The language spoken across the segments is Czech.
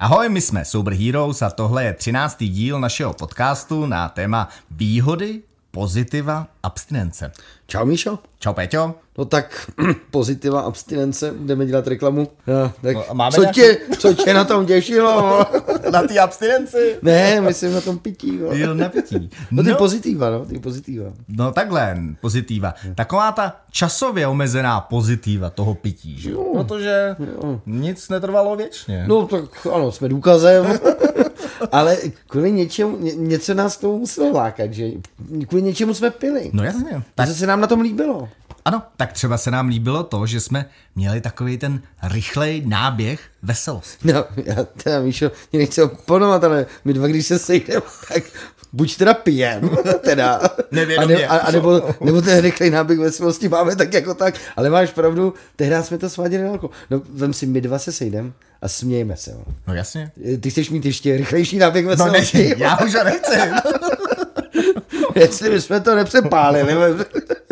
Ahoj, my jsme Sober Heroes a tohle je 13. díl našeho podcastu na téma výhody, pozitiva, abstinence. Čau Míšo. Čau Peťo. No tak pozitiva abstinence, jdeme dělat reklamu. No, tak No, a máme co, nějaký- tě, co tě na tom těšilo? vole? Na ty abstinenci. ne, myslím na tom pití. vole. Díl nepití. No ty No. pozitiva, no, ty pozitiva. No takhle, pozitiva. Taková ta časově omezená pozitiva toho pití, že No. jo? Protože nic netrvalo věčně. No tak ano, jsme důkazem. Ale kvůli něčemu, ně, něco nás k tomu muselo lákat, že? Kvůli něčemu jsme pili. No jasně. Tak, Tak. se nám na tom líbilo. ano, tak třeba se nám líbilo to, že jsme měli takový ten rychlej náběh veselosti. No, já teda, Míšo, mě nechci oponovat, ale my dva, když se sejdeme, tak buď teda pijem, teda, a, Nevědomě. ne, a, a nebo, nebo ten rychlej náběh veselosti máme tak jako tak, ale máš pravdu, tehdy jsme to sváděli na alkohol. No, vem si, my dva se sejdeme a smějeme se. jo. No jasně. Ty chceš mít ještě rychlejší náběh No ne, veselosti? já už ho nechci. Jestli bychom to nepřepálili.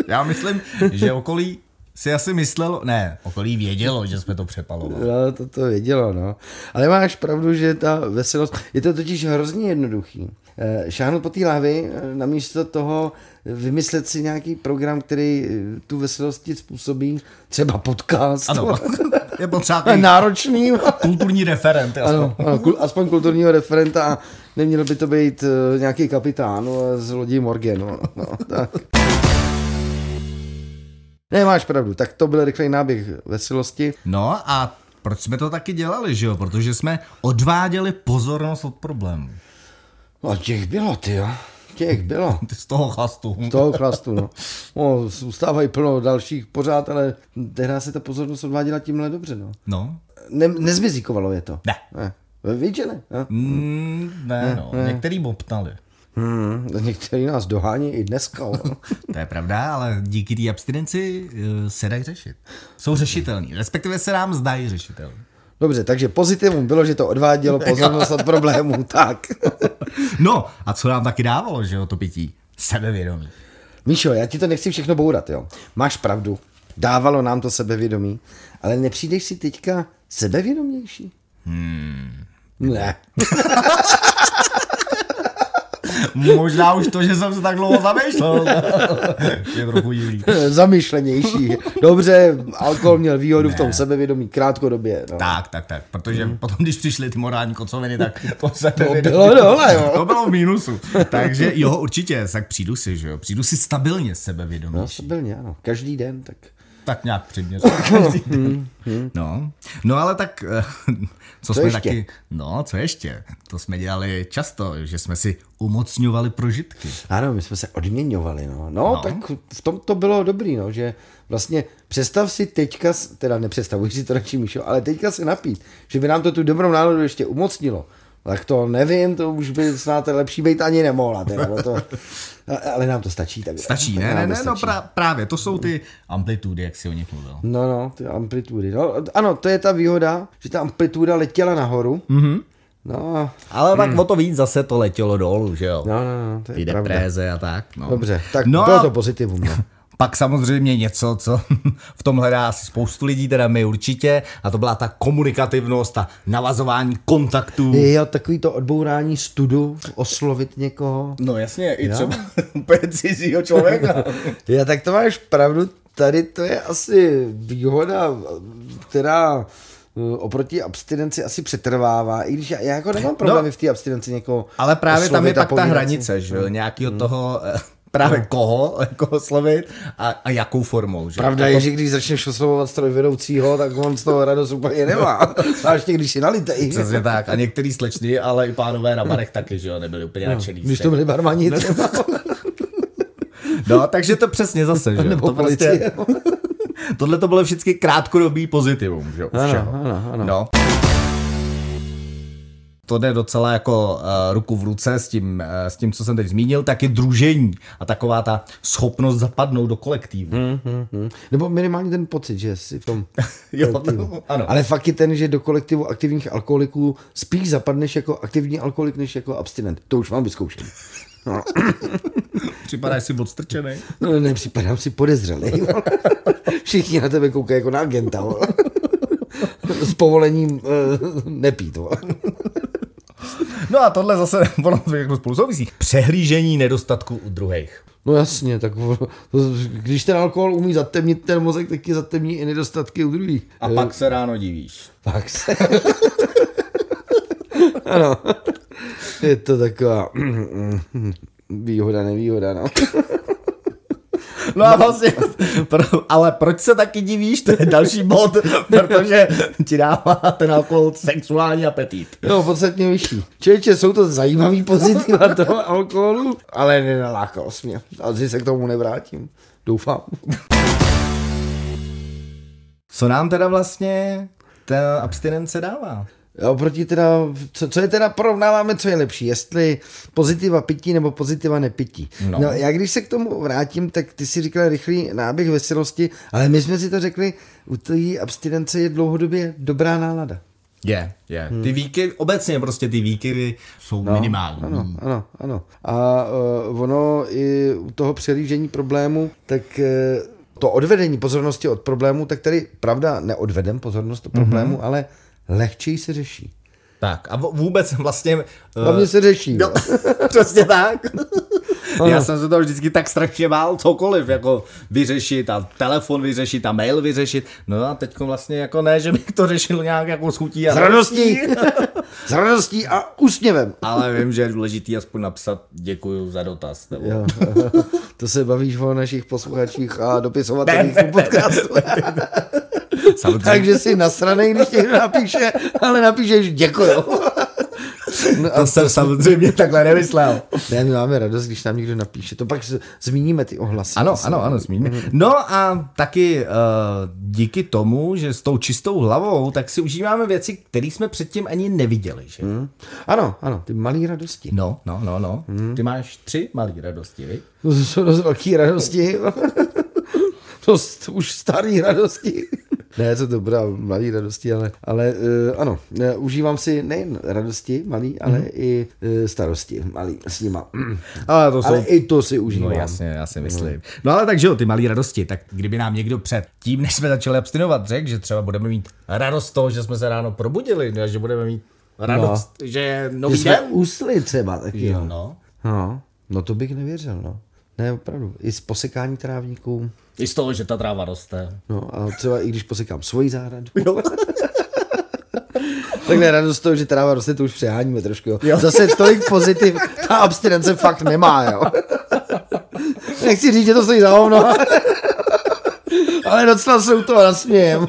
Já myslím, že okolí si asi myslelo, ne, okolí vědělo, že jsme to přepalovali. No, to to vědělo, no. Ale máš pravdu, že ta veselost, je to totiž hrozně jednoduchý. Eh, Šáhnout po té lahvi, eh, namísto toho vymyslet si nějaký program, který eh, tu veselost ti způsobí, třeba podcast, Ano, je potřeba To je takový náročný, kulturní referent. jasně. ano, ano, kul- aspoň kulturního referenta a neměl by to být eh, nějaký kapitán no, z lodí Morgan. No, no, tak. Ne, máš pravdu, tak to byl rychlej náběh veselosti. No a proč jsme to taky dělali, že jo? Protože jsme odváděli pozornost od problémů. No těch bylo, ty jo. Těch bylo. Ty Z toho chastu. Z toho chlastu, no. no zůstávají plno dalších pořád, ale tehdy se ta pozornost odváděla tímhle dobře, no. No, Ne, nezmizikovalo je to. ne. Ne. Víš, že ne? ne? Mm, ne, no. Některý bobtali. Hmm, některý nás dohání i dneska. no. To je pravda, ale díky té abstinenci eh, se dají řešit. Jsou řešitelní, respektive se nám zdají řešitelní. Dobře, takže pozitivum bylo, že to odvádělo pozornost od problémů, tak. No a co nám taky dávalo, že jo, to pití? Sebevědomí. Míšo, já ti to nechci všechno bourat, jo. Máš pravdu, dávalo nám to sebevědomí, ale nepřijdeš si teďka sebevědomější? Hmm. Ne. Možná už to, že jsem se tak dlouho No, zamýšlel. je trochu divný. zamyšlenější. Dobře, alkohol měl výhodu v tom sebevědomí krátkodobě. No. Tak, tak, tak, protože hmm. potom, když přišly ty morální kocoviny, tak to se to bylo dole, jo. To bylo v mínusu. Takže jo, určitě, tak přijdu si, že jo, přijdu si stabilně No, sebevědomější. stabilně, ano. Každý den, tak. Tak nějak přiměřeně. Každý den. No, no ale tak, eh, co, co jsme ještě? taky, no, co ještě, to jsme dělali často, že jsme si umocňovali prožitky. Ano, my jsme se odměňovali, no. No, no. tak v tom to bylo dobrý, no, že vlastně představ si teďka, s- teda nepředstavuji si to radši, Míšo, ale teďka se napít, že by nám to tu dobrou náladu ještě umocnilo. Tak to nevím, to už by snad lepší být ani nemohla, teda, no to, A- ale nám to stačí. Tak, Stačí, tak ne, nám ne, to ne, no stačí. pra, právě, to jsou ty amplitudy, jak si o nich mluvil. No, no, ty amplitudy. No, ano, to je ta výhoda, že ta amplituda letěla nahoru. Mm-hmm. No, Ale pak hmm. o to víc zase to letělo dolů, že jo? no, no, no, to je Ty pravda. depréze a tak. No. Dobře, tak no, no, a bylo to pozitivum. No. Pak samozřejmě něco, co v tom hledá asi spoustu lidí, teda my určitě, a to byla ta komunikativnost, ta navazování kontaktů. Jo, takový to odbourání studu, oslovit někoho. No jasně, i třeba úplně cizího člověka. Já tak to máš pravdu, tady to je asi výhoda, která eh, oproti abstinenci asi přetrvává, i když já, já jako nemám problémy no, v té abstinenci někoho Ale právě tam je oslovit a pak ta povídat Hmm. si. hranice, že jo, nějakýho toho, eh, právě koho, koho slovit a, a jakou formou, že jo? Pravda je, že když začneš oslovovat strojvedoucího, tak on z toho radost úplně nemá. Zvláště když si nalitej. Přesně tak. A některý slečny, ale i pánové na barech taky, že jo, nebyli úplně nadšený. z No, Když to té- byli barmani, třeba, No, takže to přesně zase, že jo. nebo to prostě policie. Tohle to bylo vždycky krátkodobý pozitivum, že jo, u všeho. ano, ano. No. To jde docela jako uh, ruku v ruce s tím, uh, s tím, co jsem teď zmínil, tak je družení a taková ta schopnost zapadnout do kolektivu. Hmm. Mhm. Nebo minimálně ten pocit, že jsi v tom Jo, no, kolektivu. ano. No, Ale fakt je ten, že do kolektivu aktivních alkoholiků spíš zapadneš jako aktivní alkoholik, než jako abstinent. To už mám vyzkoušený. Připadáš si odstrčený. No, nepřipadám si podezřelý. vole. Všichni na tebe koukají jako na agenta. vole. S povolením eh, nepít. vole. No a tohle zase, ono to všechno spolu souvisí. Přehlížení nedostatku u druhých. No jasně, tak to, když ten alkohol umí zatemnit ten mozek, tak je zatemní i nedostatky u druhých. Eh, A pak se ráno divíš. Pak se. ano. Je to taková výhoda, nevýhoda, no. No a vlastně, pro, ale proč se taky divíš, to je další bod, protože ti dává ten alkohol sexuální apetit. No, podstatně vyšší. Čeče, jsou to zajímavý pozitiva toho alkoholu, ale nenalákal jsi mě. A se k tomu nevrátím. Doufám. Co nám teda vlastně ta abstinence dává? Oproti teda, co, co je teda porovnáváme, co je lepší, jestli pozitiva pití nebo pozitiva nepití. No. No. no já když se k tomu vrátím, tak ty si říkal rychlý náběh veselosti, ale my jsme si to řekli, u té abstinence je dlouhodobě dobrá nálada. Je, je. Hmm. Ty výkyvy, obecně prostě ty výkyvy jsou no, minimální. Ano, ano, ano. A uh, ono i u toho přelížení problému, tak uh, to odvedení pozornosti od problému, tak tady pravda neodvedem pozornost Mhm. od problému, mm-hmm. ale lehčeji se řeší. Tak a vo- vůbec vlastně... Hlavně se řeší. No, No. přesně tak. Já Ano. jsem se toho vždycky tak strašně bál, cokoliv, jako vyřešit a telefon vyřešit a mail vyřešit. No a teď vlastně jako ne, že bych to řešil nějak jako s chutí a S radostí. S radostí a úsměvem. Ale vím, že je důležitý aspoň napsat děkuju za dotaz. Nebo... Jo, to se bavíš o našich posluchačích a Ne, dopisovatelích ne, u podcastu. Samozřejmě. Takže jsi nasranej, když někdo napíše, ale napíšeš děkuju. No a To jsem samozřejmě takhle nemyslel. ne, my máme radost, když nám někdo napíše. To pak z- zmíníme ty ohlasy. Ano, ano, ano, smíme. No a taky uh, díky tomu, že s tou čistou hlavou, tak si užíváme věci, které jsme předtím ani neviděli, že? Hm? Ano, ano, ty malý radosti. No, no, no, no. Ty máš tři malé radosti, vi? To jsou dost velký radosti. dost už starý radosti. Ne, to dobrá, malý radosti, ale, ale uh, ano, ne, užívám si nejen radosti malý, ale mm. i uh, starosti malý s nima. Ale to Ale i to si užívám. No jasně, já si myslím. No ale takže jo, ty malé radosti, tak kdyby nám někdo před tím, než jsme začali abstinovat, řekl, že třeba budeme mít radost z toho, že jsme se ráno probudili, ne, že budeme mít radost, no. že je Že nový jsme den. usli třeba taky. Jo, No. no. No, no to bych nevěřil, no. Ne, opravdu. I z posekání trávníků. I z toho, že ta tráva roste. No a třeba i když posekám svoji zahradu. Takhle radost z toho, že tráva roste, to už přeháníme trošku. Jo. jo. Zase tolik pozitiv ta abstinence fakt nemá, jo. Nechci říct, že to stojí za hovno. Ale docela jsou to nasmějem.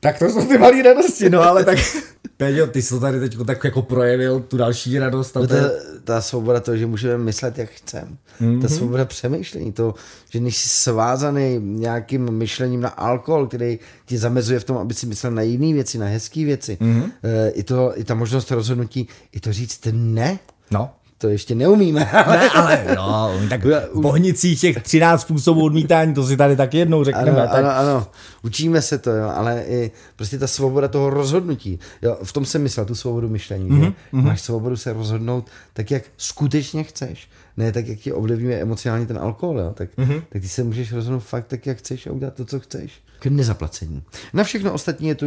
Tak to jsou ty malé radosti, no ale tak... Peďo, ty jsi to tady teď tak jako projevil, tu další radost. A No to... Ta, ta svoboda toho, že můžeme myslet, jak chceme. Mm-hmm. Mhm. Ta svoboda přemýšlení, to, že nejsi svázaný nějakým myšlením na alkohol, který ti zamezuje v tom, aby si myslel na jiné věci, na hezké věci. Mhm. Mm-hmm. E, i, to, I ta možnost rozhodnutí, i to říct ne, No, to ještě neumíme. ne, ale no, tak v bohnicích těch 13 způsobů odmítání, to si tady tak jednou Ano, řekneme. tak... ano, ano, učíme se to, jo, ale i prostě ta svoboda toho rozhodnutí. Jo, v tom jsem myslel, tu svobodu myšlení. Mhm, Mm-hmm. Máš svobodu se rozhodnout tak, jak skutečně chceš. Ne tak, jak ti ovlivňuje emocionálně ten alkohol. Jo, tak, Mhm. mm-hmm. tak ty se můžeš rozhodnout fakt tak, jak chceš a udělat to, co chceš. K nezaplacení. Na všechno ostatní je tu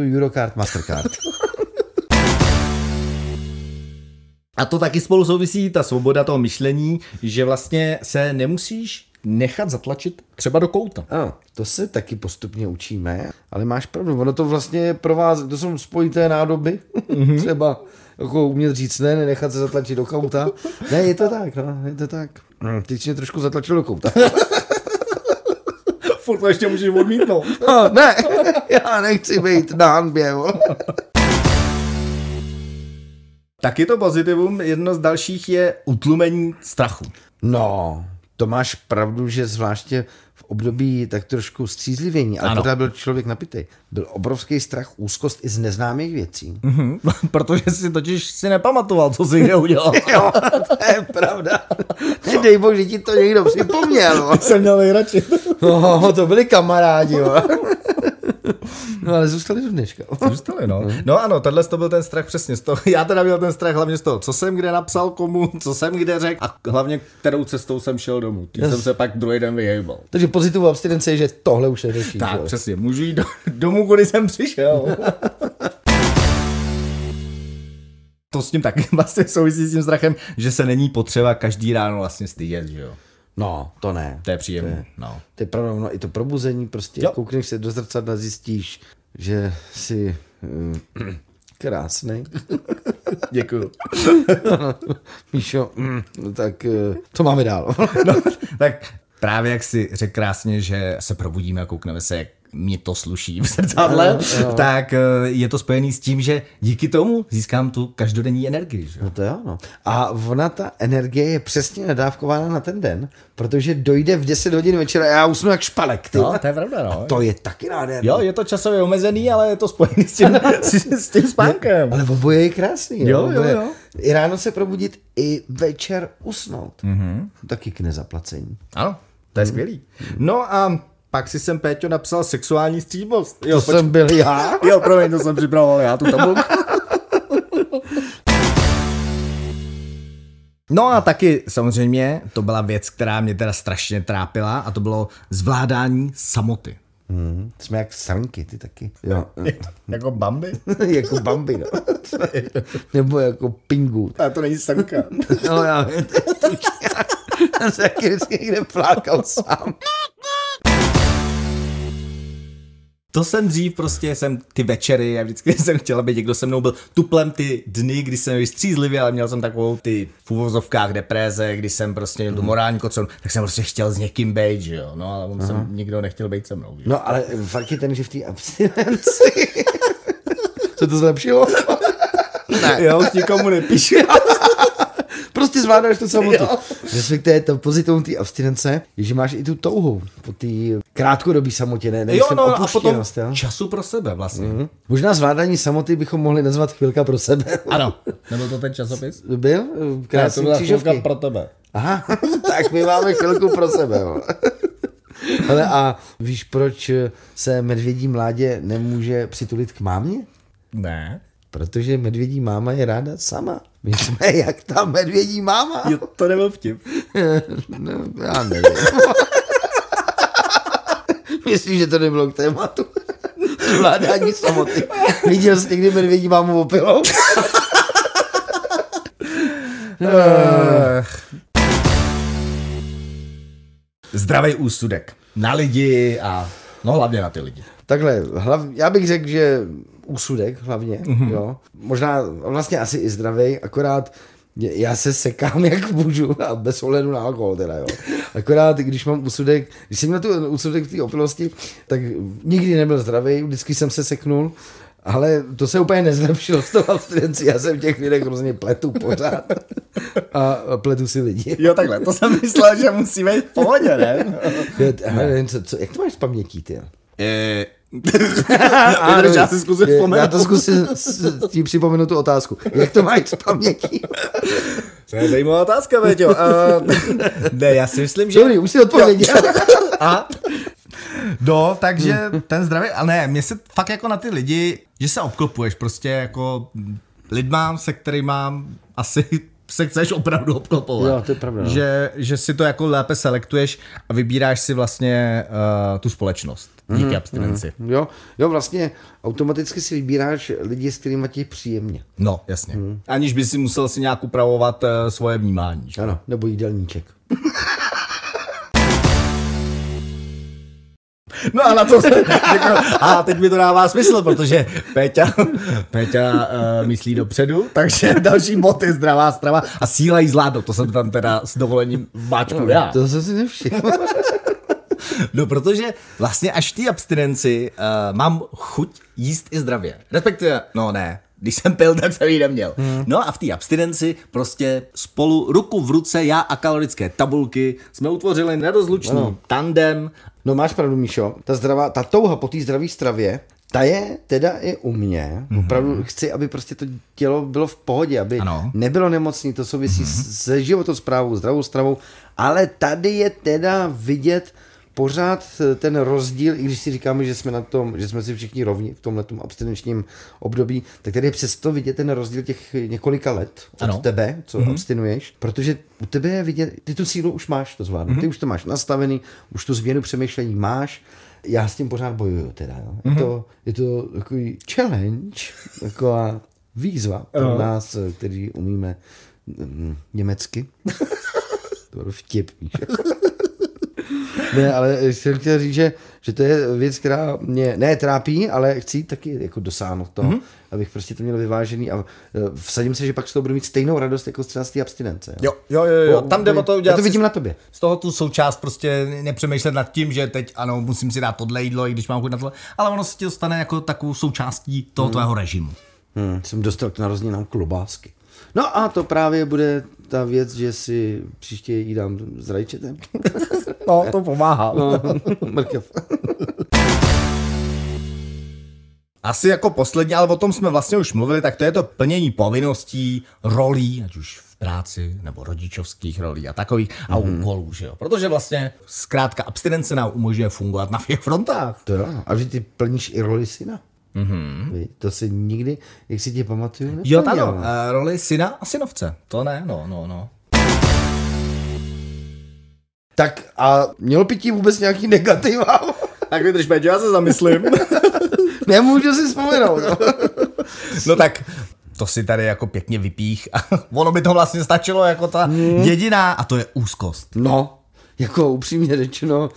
Eurocard, Mastercard. A to taky spolu souvisí ta svoboda toho myšlení, že vlastně se nemusíš nechat zatlačit třeba do kouta. Ano, to se taky postupně učíme, ale máš pravdu, ono to vlastně je pro vás, to jsou spojité nádoby, mm-hmm. třeba jako umět říct ne, nenechat se zatlačit do kouta. Ne, je to tak, no, je to tak. Hm, Teď jsi mě trošku zatlačil do kouta. Furt to ještě můžeš odmítnout. No, ne, já nechci být na hanbě, vole. Taky to pozitivum, jedno z dalších je utlumení strachu. No, to máš pravdu, že zvláště v období tak trošku střízlivění, ale Ano. pořád byl člověk napitej. Byl obrovský strach, úzkost i z neznámých věcí. Mhm, protože si totiž si nepamatoval, co jsi kde udělal. Jo, to je pravda. Nedej bože, ti to někdo připomněl. vole. jsem měl nejradši. No, to byli kamarádi, jo. No ale zůstali do dneška. Zůstali, no. No ano, tenhle to byl ten strach přesně z toho. Já teda měl ten strach hlavně z toho, co jsem kde napsal komu, co jsem kde řekl a hlavně kterou cestou jsem šel domů. Tím jsem se pak druhý den vyhejbal. Takže pozitivu abstinence je, že tohle už neřešíš. Tak, jo. přesně, můžu jít do, domů, kudy jsem přišel. to s tím taky vlastně souvisí s tím strachem, že se není potřeba každý ráno vlastně stydět, že jo. No, to ne. To je příjemné. No. To je pravda, no i to probuzení prostě, Jo. jo. koukneš se do zrcadla, zjistíš, že jsi mm, krásný. Děkuju. Míšo, mm, no tak eh, to máme dál. No, tak právě jak si řekl krásně, že se probudíme a koukneme se, jak mě to sluší v zrcadle, tak eh, je to spojený s tím, že díky tomu získám tu každodenní energii. Že? jo. No to jo, no. A ona, ta energie je přesně nadávkována na ten den, protože dojde v 10 hodin večera a já usnu jak špalek, ty. No, to je pravda, no. To je taky nádherný. Jo, je to časově omezený, ale je to spojený s tím, s, s tím spánkem. Ale oboje je krásný. Jo, jo, oboje. jo. I ráno se probudit, i večer usnout. Mhm. Mm-hmm. Taky k nezaplacení. Ano, Hmm. to je skvělý. No a pak si jsem, Péťo, napsal sexuální střídmost. Jo, To jsem byl já. jo, promiň, to jsem připravoval já tu tabulku. No a taky samozřejmě to byla věc, která mě teda strašně trápila a to bylo zvládání samoty. Mm, jsme jak sanky, ty taky. Jo. Jako Bambi? jako Bambi, no. Nebo jako Pingu. A to není samka. No, já vím, to už- já jsem taky vždycky někde plákal sám. To jsem dřív prostě, jsem ty večery, já vždycky jsem chtěl, aby někdo se mnou byl tuplem ty dny, kdy jsem byl střízlivě, ale měl jsem takovou ty v uvozovkách depreze, kdy jsem prostě měl tu morální kocon, tak jsem prostě chtěl s někým být, že jo, no ale on jsem, nikdo nechtěl být se mnou, že jo. No ale fakt je ten, že v té abstinenci se to zlepšilo. Ne. Já už nikomu nepíšu. Prostě zvládáš tu samotu. Respektive to pozitivum té abstinence je, že máš i tu touhu po té krátkodobí samotě, ne, jo, nejsem no a potom jo. času pro sebe vlastně. Mm-hmm. Možná zvládání samoty bychom mohli nazvat chvilka pro sebe. Ano. Nebyl to ten časopis? Byl? Krásný křížovky. tebe. Aha, tak my máme chvilku pro sebe. jo. Ale a víš, proč se medvědí mládě nemůže přitulit k mámě? Ne. Protože medvědí máma je ráda sama. My jsme jak ta medvědí máma. Jo, to nebyl vtip. No, já nevím. Myslím, že to nebylo k tématu. Vládání samoty. Viděl jsi někdy medvědí mámu opilou? Zdravý úsudek. Na lidi a no hlavně na ty lidi. Takhle, hlav, já bych řekl, že úsudek hlavně, mm-hmm. jo. Možná vlastně asi i zdravý, akorát je- já se sekám, jak můžu, a bez ohledu na alkohol teda, jo. Akorát, když mám úsudek, když jsem měl tu úsudek v té opilosti, tak nikdy nebyl zdravý, vždycky jsem se seknul, ale to se úplně nezlepšilo s tou abstinencí, já jsem v těch lidech hrozně pletu pořád a a pletu si lidi. Jo, takhle, to jsem myslel, že musí být v pohodě, ne? Já- já nevím, co, co, jak to máš s pamětí, ty? jo? Eh. Vydrž, já si zkusím je- Já vzpomenout. to zkusím s- s- ti připomenout tu otázku. Jak to máš z paměti? To je zajímavá otázka, Veďo. Uh, ne, já si myslím, že... Dobrý, už si odpověděl. A? No, takže ten zdravý, ale ne, mě se fakt jako na ty lidi, že se obklopuješ prostě jako lidma, se kterým mám asi se chceš opravdu obklopovat. Jo, to je pravda, no. Že, že si to jako lépe selektuješ a vybíráš si vlastně uh, tu společnost díky Mhm, abstinenci. Jo, jo, vlastně automaticky si vybíráš lidi, s kterými ti je příjemně. No, jasně. Aniž by si musel si nějak upravovat uh, svoje vnímání. že? Ano, nebo jídelníček. No a na to se jako, A teď mi to dává smysl, protože Péťa, Péťa uh, myslí dopředu, takže další bod je zdravá strava a síla jí zvládnout. To jsem tam teda s dovolením máčku já. To jsem si nevšiml. No protože vlastně až ty abstinenci uh, mám chuť jíst i zdravě. Respektive, no ne, když jsem pil, tak jsem ji neměl. No a v té abstinenci prostě spolu ruku v ruce já a kalorické tabulky jsme utvořili nerozlučný tandem No máš pravdu, Míšo. Ta, zdravá, ta touha po té zdravé stravě, ta je teda i u mě. Opravdu chci, aby prostě to tělo bylo v pohodě, aby Ano. nebylo nemocný, to souvisí mm-hmm. se životosprávou, zdravou stravou, ale tady je teda vidět pořád eh, ten rozdíl, i když si říkáme, že jsme na tom, že jsme si všichni rovni v tomhle abstinenčním období, tak tady je přesto vidět ten rozdíl těch několika let od Ano. ano. tebe, co mm-hmm. abstinuješ, protože u tebe je vidět, ty tu sílu už máš to zvládnout, mm-hmm. ty už to máš nastavený, už tu změnu přemýšlení máš, já s tím pořád bojuju teda, jo. Je, to, je to takový challenge, taková výzva pro no. nás, kteří umíme mm, německy. to byl vtip. víš. ne, ale jsem chtěl říct, že, že to je věc, která mě ne trápí, ale chci taky jako dosáhnout toho, Mhm. mm-hmm. abych prostě to měl vyvážený a eh, vsadím se, že pak z toho budu mít stejnou radost jako z třeba z té abstinence. Jo, jo, jo, jo. tam jde o to udělat Já to si- vidím na tobě. z toho tu součást prostě nepřemýšlet nad tím, že teď ano, musím si dát tohle jídlo, i když mám chuť na tohle, ale ono se ti to stane jako takovou součástí toho tvého režimu. Hmm, jsem dostal k narozeninám klobásky. No a to právě bude ta věc, že si příště jí dám s rajčetem. No, to pomáhá. Mrkev. Asi jako poslední, ale o tom jsme vlastně už mluvili, tak to je to plnění povinností, rolí, ať už v práci nebo rodičovských rolí a takových a úkolů, že jo. Protože vlastně zkrátka abstinence nám umožňuje fungovat na všech frontách. To jo. A že ty plníš i roli syna. Mm-hmm. To si nikdy, jak si tě pamatuju, neplnil. Mhm. Jo, ano, eh, roli syna a synovce. To ne, no, no, no. Tak a mělo pití vůbec nějaký negativa? Tak vydrž, Beďo, já se zamyslím. Nemůžu si vzpomenout. No. No tak to si tady jako pěkně vypích. A ono by to vlastně stačilo jako ta jediná a to je úzkost. no. Jako upřímně řečeno,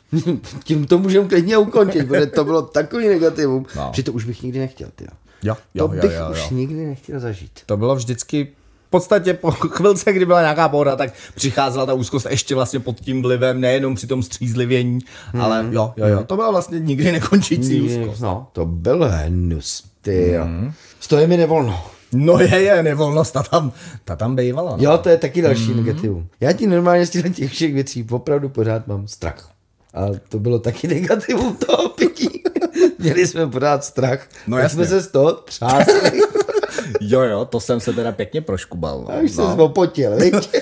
tím to můžeme klidně ukončit, protože to bylo takový negativum, No. no. že to už bych nikdy nechtěl. Ty. Jo, To bych už nikdy nechtěl zažít. To bylo vždycky v podstatě po chvilce, kdy byla nějaká pohoda, tak přicházela ta úzkost ještě vlastně pod tím vlivem, nejenom při tom střízlivění, hmm. ale jo, jo, jo, to byla vlastně nikdy nekončící Nikdy- úzkost. No, to byl hnus. Ty jo. Mhm. Z toho je mi nevolno. No je, je, nevolnost, ta tam, ta tam bývala. No. Jo, to je taky další mm. negativum. Já ti normálně z těchto těch všech věcí opravdu pořád mám strach. A to bylo taky negativum toho pití. Měli jsme pořád strach. No tak jasně. jsme se z toho třásli. Jo, jo, to jsem se teda pěkně proškubal. A už No. se zvopotil, viď?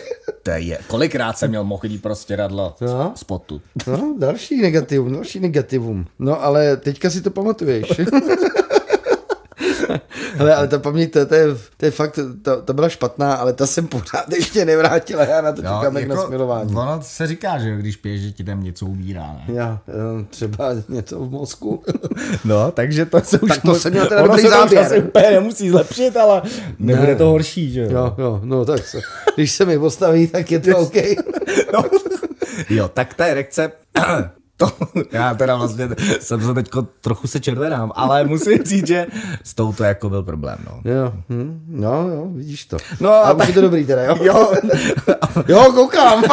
To je, kolikrát jsem měl mokrý prostě radlo No. z potu. No, další negativum, další negativum. No, ale teďka si to pamatuješ. Ale, ale ta paměť, to, to, je, to je fakt, ta, ta byla špatná, ale ta jsem pořád ještě nevrátila, já na to Jo, jako čekám jak na smilování. Ono se říká, že když piješ, že ti tam něco ubírá, ne? Já, eh, třeba něco v mozku. No, takže to se už... Tak to moc- jsem měl teda ono dobrý se to už záběr. asi úplně nemusí zlepšit, ale nebude Ne. to horší, že jo? Jo, jo, no tak se, když se mi postaví, tak je to OK. No. jo, tak ta erekce... To, já teda vlastně jsem se teďko trochu se červenám, ale musím říct, že s tou to jako byl problém, no. Jo, hm, no, jo, vidíš to. No, a tak- tak... je to dobrý teda, jo? Jo, Jo, koukám.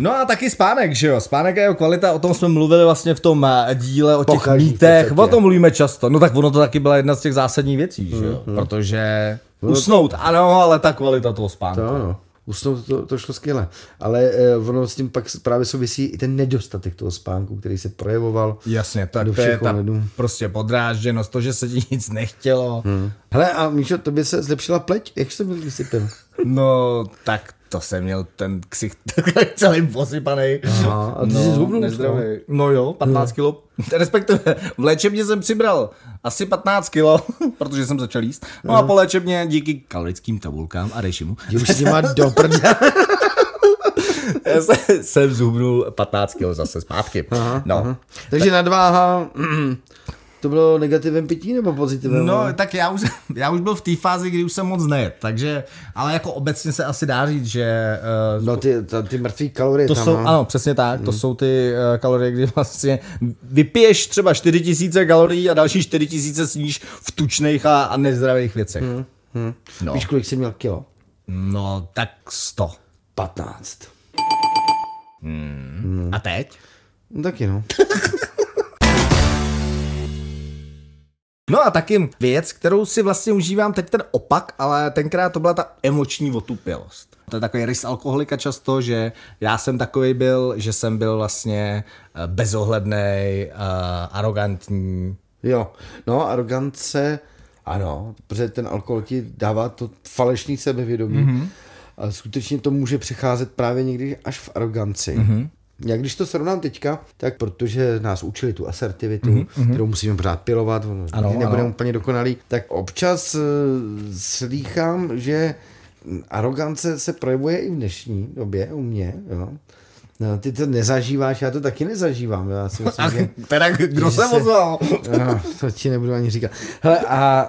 No a taky spánek, že jo? Spánek a jeho kvalita, o tom jsme mluvili vlastně v tom eh, díle o těch Pokaždý v mýtech, o podstatě. tom mluvíme často. No tak ono to taky byla jedna z těch zásadních věcí, že Mhm. jo? Protože usnout, ano, ale ta kvalita toho spánku. No, no. Usnout to, to šlo skvěle. Ale eh, ono s tím pak s- právě souvisí i ten nedostatek toho spánku, který se projevoval. Jasně, tak Do to je všech ta ohledů. prostě podrážděnost, to, že se ti nic Mhm. nechtělo. Hmm. Hele, a Míšo, tobě se zlepšila pleť? Jak jsi to měl vysypil? No, tak to jsem měl ten ksicht celý posypaný. Aha, a ty jsi zhubnul, nezdravý. No jo, 15 kilo. Respektive, v léčebně jsem přibral asi 15 kilo, protože jsem začal jíst. No a po léčebně díky kalorickým tabulkám a režimu Že už si má do prdě. se- jsem zhubnul 15 kilo zase zpátky. no. Takže nadváha, mm, to bylo negativem pití nebo pozitivem? No, tak já už, já už byl v té fázi, kdy už jsem moc nejet, takže, ale jako obecně se asi dá říct, že eh, no ty, ta, ty mrtvý kalorie To tam, jsou, no. ano, přesně tak, Hmm. to jsou ty eh, kalorie, kdy vlastně vypiješ třeba 4000 kalorií a další 4000 sníš v tučných a, a nezdravých věcech. Hmm. No. Víš, kolik jsi měl kilo? no, tak 100. 15. Hmm. A teď? No, taky no. No a taky věc, kterou si vlastně užívám teď ten opak, ale tenkrát to byla ta emoční otupělost. To je takový rys alkoholika často, že já jsem takový byl, že jsem byl vlastně eh, bezohlednej, eh, arrogantní, Jo, no arogance, ano, protože ten alkohol ti dává to falešný sebevědomí mm-hmm. a skutečně to může přecházet právě někdy až v aroganci. Mm-hmm. Já když to srovnám teďka, tak protože nás učili tu asertivitu, mm-hmm. kterou musíme pořád pilovat, ono Ano, ano, nebudeme ano. úplně dokonalý, tak občas uh, slýchám, že arogance se projevuje i v dnešní době u mě, jo. No, ty to nezažíváš, já to taky nezažívám. Já si myslím, Ach, že... teda kdo že se se- ozval? Ah, to ti nebudu ani říkat. Hele, a,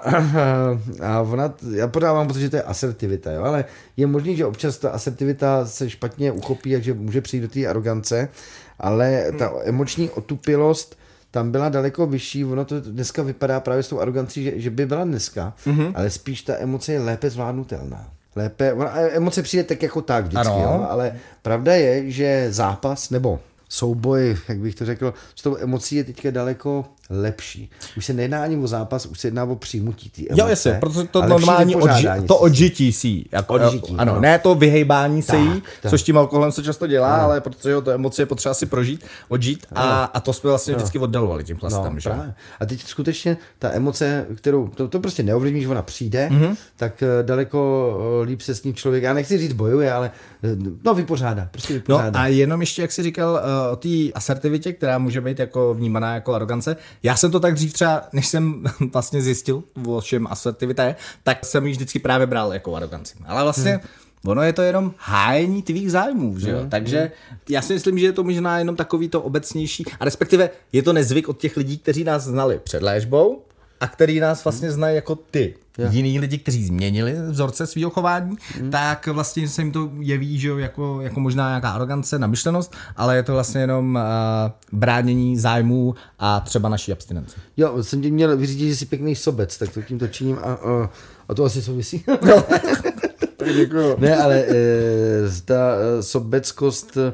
a ona, t- já podávám, protože to je asertivita, jo, ale je možný, že občas ta asertivita se špatně uchopí a že může přijít do té arogance, ale ta emoční otupilost tam byla daleko vyšší, ono to dneska vypadá právě s tou arogancí, že, že by byla dneska, mm-hmm. ale spíš ta emoce je lépe zvládnutelná. Lépe, ona, emoce přijde tak jako tak vždycky, Ano. jo, ale pravda je, že zápas nebo souboj, jak bych to řekl, s tou emocí je teďka daleko lepší. Už se nejedná ani o zápas, už se jedná o přijmutí té emoce. Jo, jasně, protože to ale normální lepší odži, vypořádání to se s tím. odžití si jí, jako, Odžití, ano, ano. ne to vyhejbání se jí, tak. No. což tím alkoholem se často dělá, ale protože to emoce je potřeba si prožít, odžít a, a to jsme vlastně vždycky oddalovali tím plastem, No, že? právě. A teď skutečně ta emoce, kterou to, to prostě neovlivníš, ona přijde, Mhm. mm-hmm. tak eh, daleko eh, líp se s ní člověk, já nechci říct bojuje, ale eh, no vypořádá, prostě No vypořádá. a jenom ještě, jak jsi říkal eh, o té asertivitě, která může být jako vnímaná jako arogance. Já jsem to tak dřív třeba, než jsem vlastně zjistil, o čem asertivita je, tak jsem ji vždycky právě bral jako aroganci. Ale vlastně hmm. ono je to jenom hájení tvých zájmů, že jo? Hmm. Takže já si myslím, že je to možná jenom takový to obecnější a respektive je to nezvyk od těch lidí, kteří nás znali před léčbou a který nás vlastně znají jako ty. Jiní lidi, kteří změnili vzorce svého chování, tak vlastně se jim to jeví, že jo, jako, jako možná nějaká arogance, namyšlenost, ale je to vlastně jenom uh, bránění zájmů a třeba naší abstinence. Jo, jsem tě měl vyřídit, že jsi pěkný sobec, tak to tímto činím a, a, a to asi souvisí. No. ne, ale e, ta e, sobeckost eh,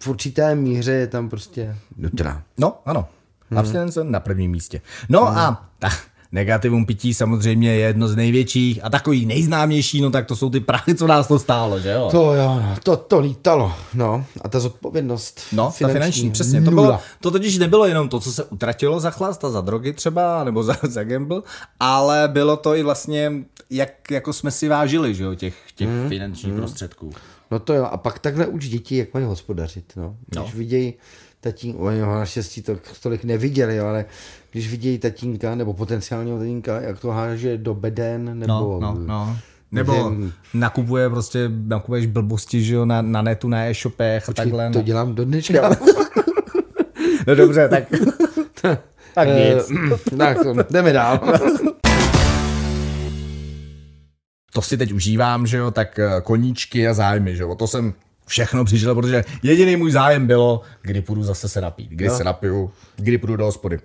v určité míře je tam prostě nutná. No, ano. Hmm. Abstinence na prvním místě. No hmm. a ta, negativum pití samozřejmě je jedno z největších a takový nejznámější, no tak to jsou ty prachy, co nás to stálo, že jo? To jo, no, to, to lítalo. No, a ta zodpovědnost. No, finanční, ta finanční, přesně. To, nula. bylo, to totiž nebylo jenom to, co se utratilo za chlast a za drogy třeba, nebo za, za gamble, ale bylo to i vlastně, jak jako jsme si vážili, že jo, těch, těch Mhm. mm. finančních mm. prostředků. No to jo, a pak takhle uč děti, jak mají hospodařit. No. Když no. vidějí tatín, oni ho naštěstí to tolik neviděli, jo, ale když vidějí tatínka nebo potenciálního tatínka, jak to háže do beden nebo No, no, no. Nebo nakupuje prostě, nakupuješ blbosti, že jo, na, na netu, na e-shopech a takhle. to No. dělám do dneška. no dobře, tak Eh, tak nic. Eh, tak, jdeme dál. to si teď užívám, že jo, tak eh, koníčky a zájmy, že jo, o to jsem všechno přišel, protože jediný můj zájem bylo, kdy půjdu zase se napít, kdy no. se napiju, kdy půjdu do hospody.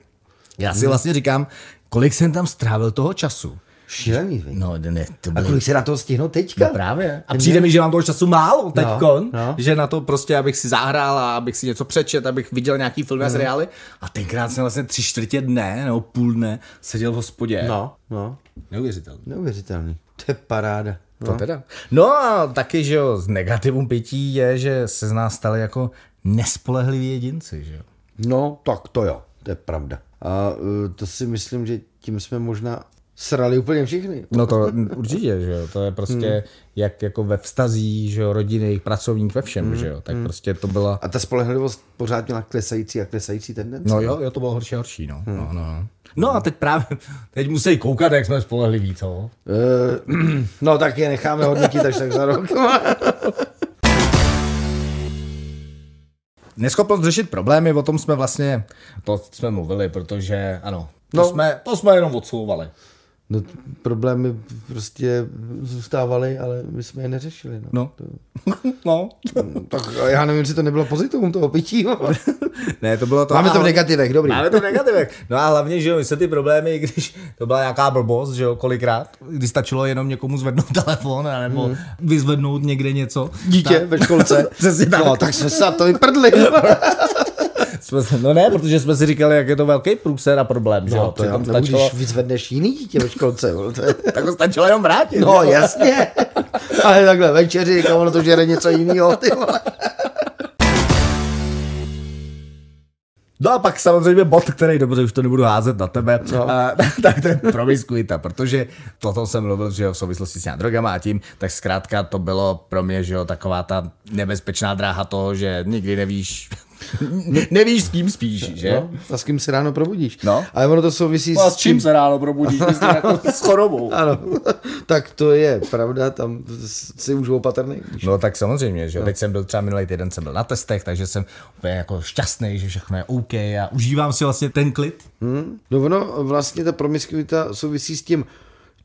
Já si vlastně říkám, kolik jsem tam strávil toho času. Šílený, vej. No, ne, to A bylo... kolik se na to stihnou teďka? No právě. A přijde mi, že mám toho času málo teďkon, no, no. no. že na to prostě, abych si zahrál a abych si něco přečet, abych viděl nějaký filmy a seriály. A tenkrát jsem vlastně tři čtvrtě dne nebo půl dne seděl v hospodě. No, no, Neuvěřitelné. neuvěřitelný. To je paráda. No. To teda. No a taky, že jo, z negativum pití je, že se z nás stali jako nespolehliví jedinci, že jo. No, tak to jo, to je pravda. A eh, to si myslím, že tím jsme možná srali úplně všichni. No to určitě, že jo, to je prostě hmm. jak jako ve vztazích, že jo, rodinných, pracovních, ve všem, hmm. že jo, tak hmm. prostě to byla, A ta spolehlivost pořád měla klesající a klesající tendenci. no jo, jo, to bylo horší a horší, no, hmm. no, no. No a teď právě, teď musí koukat, jak jsme spolehliví, co? Eh, no tak je necháme hodnotit až tak za rok. Neschopnost řešit problémy, o tom jsme vlastně, to jsme mluvili, protože ano, to, no. No. jsme, to jsme jenom odsouvali. No t- problémy prostě zůstávaly, ale my jsme je neřešili. No. No, no. Tak já nevím, jestli to nebylo pozitivum toho pití. Ne, to bylo to. Máme to v ale- negativech, dobrý. Máme to v negativech. No a hlavně, že jo, my se ty problémy, když to byla nějaká blbost, že jo, kolikrát, kdy stačilo jenom někomu zvednout telefon, nebo hmm. vyzvednout někde něco. Mhm. Dítě ve školce. Přesně tak. No, tak jsme se na to vyprdli. Tak jsme se, no ne, protože jsme si říkali, jak je to velký průser a problém, že jo. No, to jo, Přitom nebo stačilo, když vyzvedneš jiný dítě ve školce. vole, to je- tak ho stačilo jenom vrátit. No jasně, ale takhle večeři, kam ono to žere něco jiného, ty vole. No a pak samozřejmě bod, který, dobře, už to nebudu házet na tebe, no. a, tak to je promiskuita, protože toto jsem mluvil, že jo, v souvislosti s těma drogama a tím, tak zkrátka to bylo pro mě, že jo, taková ta nebezpečná dráha toho, že nikdy nevíš, Nevíš, s kým spíš, že? No, a s kým se ráno probudíš. No. Ale ono to souvisí No a s s čím se ráno probudíš? Myslím, jako s chorobou. Ano, tak to je pravda, tam si už opatrný. No tak samozřejmě, že jo. Teď jsem byl třeba minulý týden jsem byl na testech, takže jsem úplně jako šťastný, že všechno je OK a užívám si vlastně ten klid. Hmm? No ono vlastně ta promiskuita souvisí s tím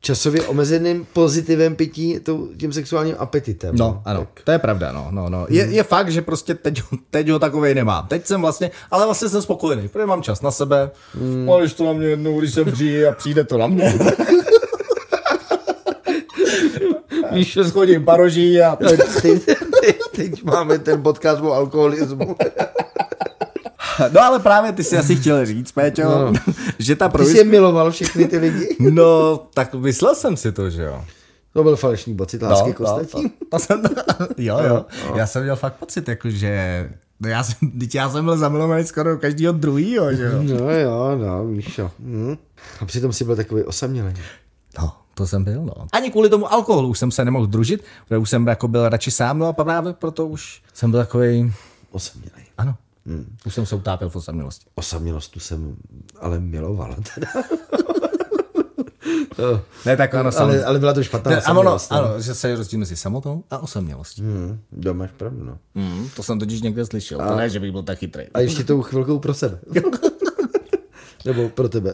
časově omezeným pozitivem pití, tou- tím sexuálním apetitem. No, ano, tak. to je pravda, no, no, no. Je, je fakt, že prostě teď, teď ho takovej nemám. Teď jsem vlastně, ale vlastně jsem spokojený, protože mám čas na sebe. Hmm. Mm. Máš to na mě jednou, když jsem přijde a přijde to na mě. Víš, že schodím paroží a... Teď, teď, teď máme ten podcast o alkoholismu. No ale právě ty si asi chtěl říct, Péťo, no. že ta Ty jsi je proviz... miloval všechny ty lidi. No, tak myslel jsem si to, že jo. To byl falešný pocit lásky no, k ostatním. to, to jsem, jo, jo. No. Já jsem měl fakt pocit, jakože... No já jsem, teď já jsem byl zamilovaný skoro do každého druhýho, že jo. No jo, no, Míšo. Hm. A přitom jsi byl takový osamělý. No, to jsem byl, no. Ani kvůli tomu alkoholu už jsem se nemohl družit, protože už jsem jako byl radši sám, no a právě proto už jsem byl takový, Osamělý. ano, hmm. už jsem se utápěl v osamělosti. Osamělost tu jsem ale miloval. Teda. Ne, tak ano, Ale, samozřejmě. ale byla to špatná Ne, ano, no, osamělost. ano, že se je rozdíl mezi samotou a osamělostí. Hmm. Hm, to máš pravdu, no. Hmm, to jsem totiž někde slyšel, a... ne, že bych byl tak chytrý. A ještě tou chvilkou pro sebe. Nebo pro tebe.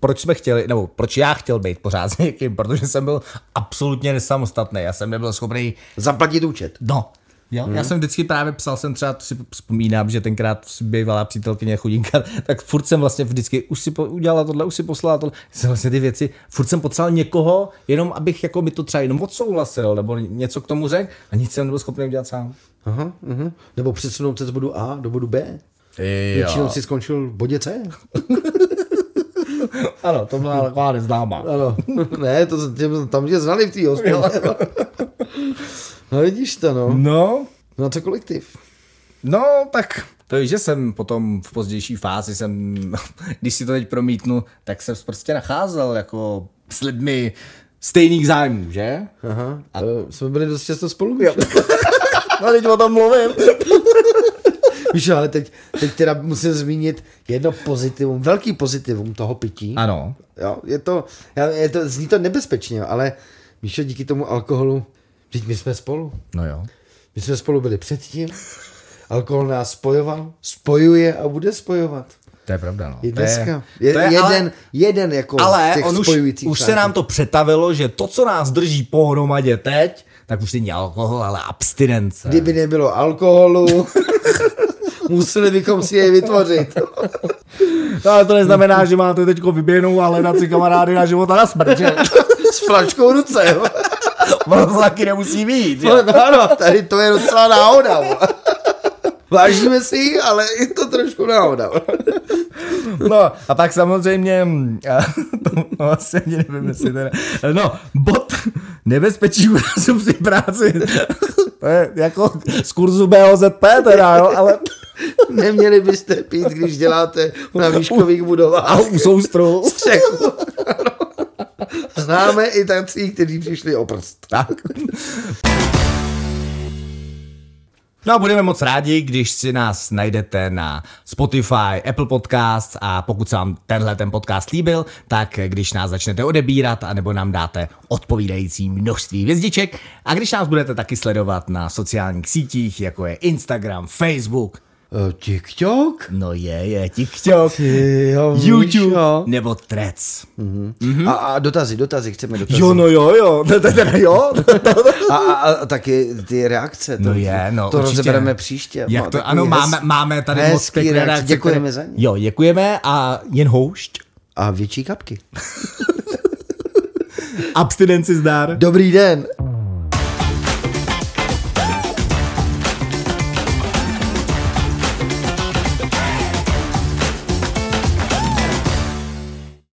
proč jsme chtěli, nebo proč já chtěl být pořád s někým, protože jsem byl absolutně nesamostatný, já jsem nebyl schopný, Zaplatit účet. no, Jo? Já jsem vždycky právě psal, jsem třeba, si vzpomínám, že tenkrát bývalá přítelkyně chudinka, tak furt jsem vlastně vždycky, už si po, udělala tohle, už si poslala tohle, jsem vlastně ty věci, furt jsem potřeboval někoho, jenom abych jako mi to třeba jenom odsouhlasil, nebo něco k tomu řekl a nic jsem nebyl schopný udělat sám. Aha, aha. Nebo přesunout se z bodu A do bodu B. Většinou si skončil v bodě C. Ano, to byla taková neznámá. Ano. ne, to, těm- tam tě znali v té hospodě. no vidíš to, no. No, No a co kolektiv? No, tak to je, že jsem potom v pozdější fázi jsem, když si to teď promítnu, tak jsem prostě nacházel jako s lidmi stejných zájmů, že? Aha, a... jsme byli dost často spolu. víš? No, teď o tom mluvím. Víš, ale teď, teď teda musím zmínit jedno pozitivum, velký pozitivum toho pití. Ano. Jo, je to, já- je to, zní to nebezpečně, ale Míšo, díky tomu alkoholu, teď my jsme spolu. No jo. My jsme spolu byli předtím. Alkohol nás spojoval, spojuje a bude spojovat. To je pravda, no. I To je- dneska. Je, to je, je jeden, ale- ale, jeden jako z Ale těch on už, spojujících už se nám to přetavilo, že to, co nás drží pohromadě teď, tak už není alkohol, ale abstinence. Kdyby nebylo alkoholu, museli bychom si jej vytvořit. No, ale to neznamená, že máte teď vyběhnout a hledat si kamarády na život a na smrt, že? S flačkou v ruce. jo. Ono to taky nemusí být, jo? No, ano, tady to je docela náhoda. jo. Vážíme si ji, ale je to trošku náhoda. No a pak samozřejmě, mm, a, to, no asi ani nevím, jestli teda, no bod nebezpečí úrazu při práci, to je jako z kurzu BOZP teda, jo, ale Neměli byste pít, když děláte na výškových budovách. a u soustru. střechu. Známe i tací, kteří přišli o prst. Tak. No a budeme moc rádi, když si nás najdete na Spotify, Apple Podcasts a pokud se vám tenhle ten podcast líbil, tak když nás začnete odebírat anebo nám dáte odpovídající množství hvězdiček a když nás budete taky sledovat na sociálních sítích, jako je Instagram, Facebook, Eh, TikTok? no je, je, TikTok, Jo, YouTube nebo Threads. A, a dotazy, dotazy, chceme dotazy. Jo, no jo, jo, to, to, to, jo, to, to, to, A, a, a taky ty reakce. To, No je, no, To určitě. rozebereme příště. Jak No, to, takový ano, hez- máme, máme tady moc hezký pěkné reakce. reakce, Děkujeme které- za ně. Jo, děkujeme a jen houšť. A větší kapky. Abstinenci zdar. Dobrý den.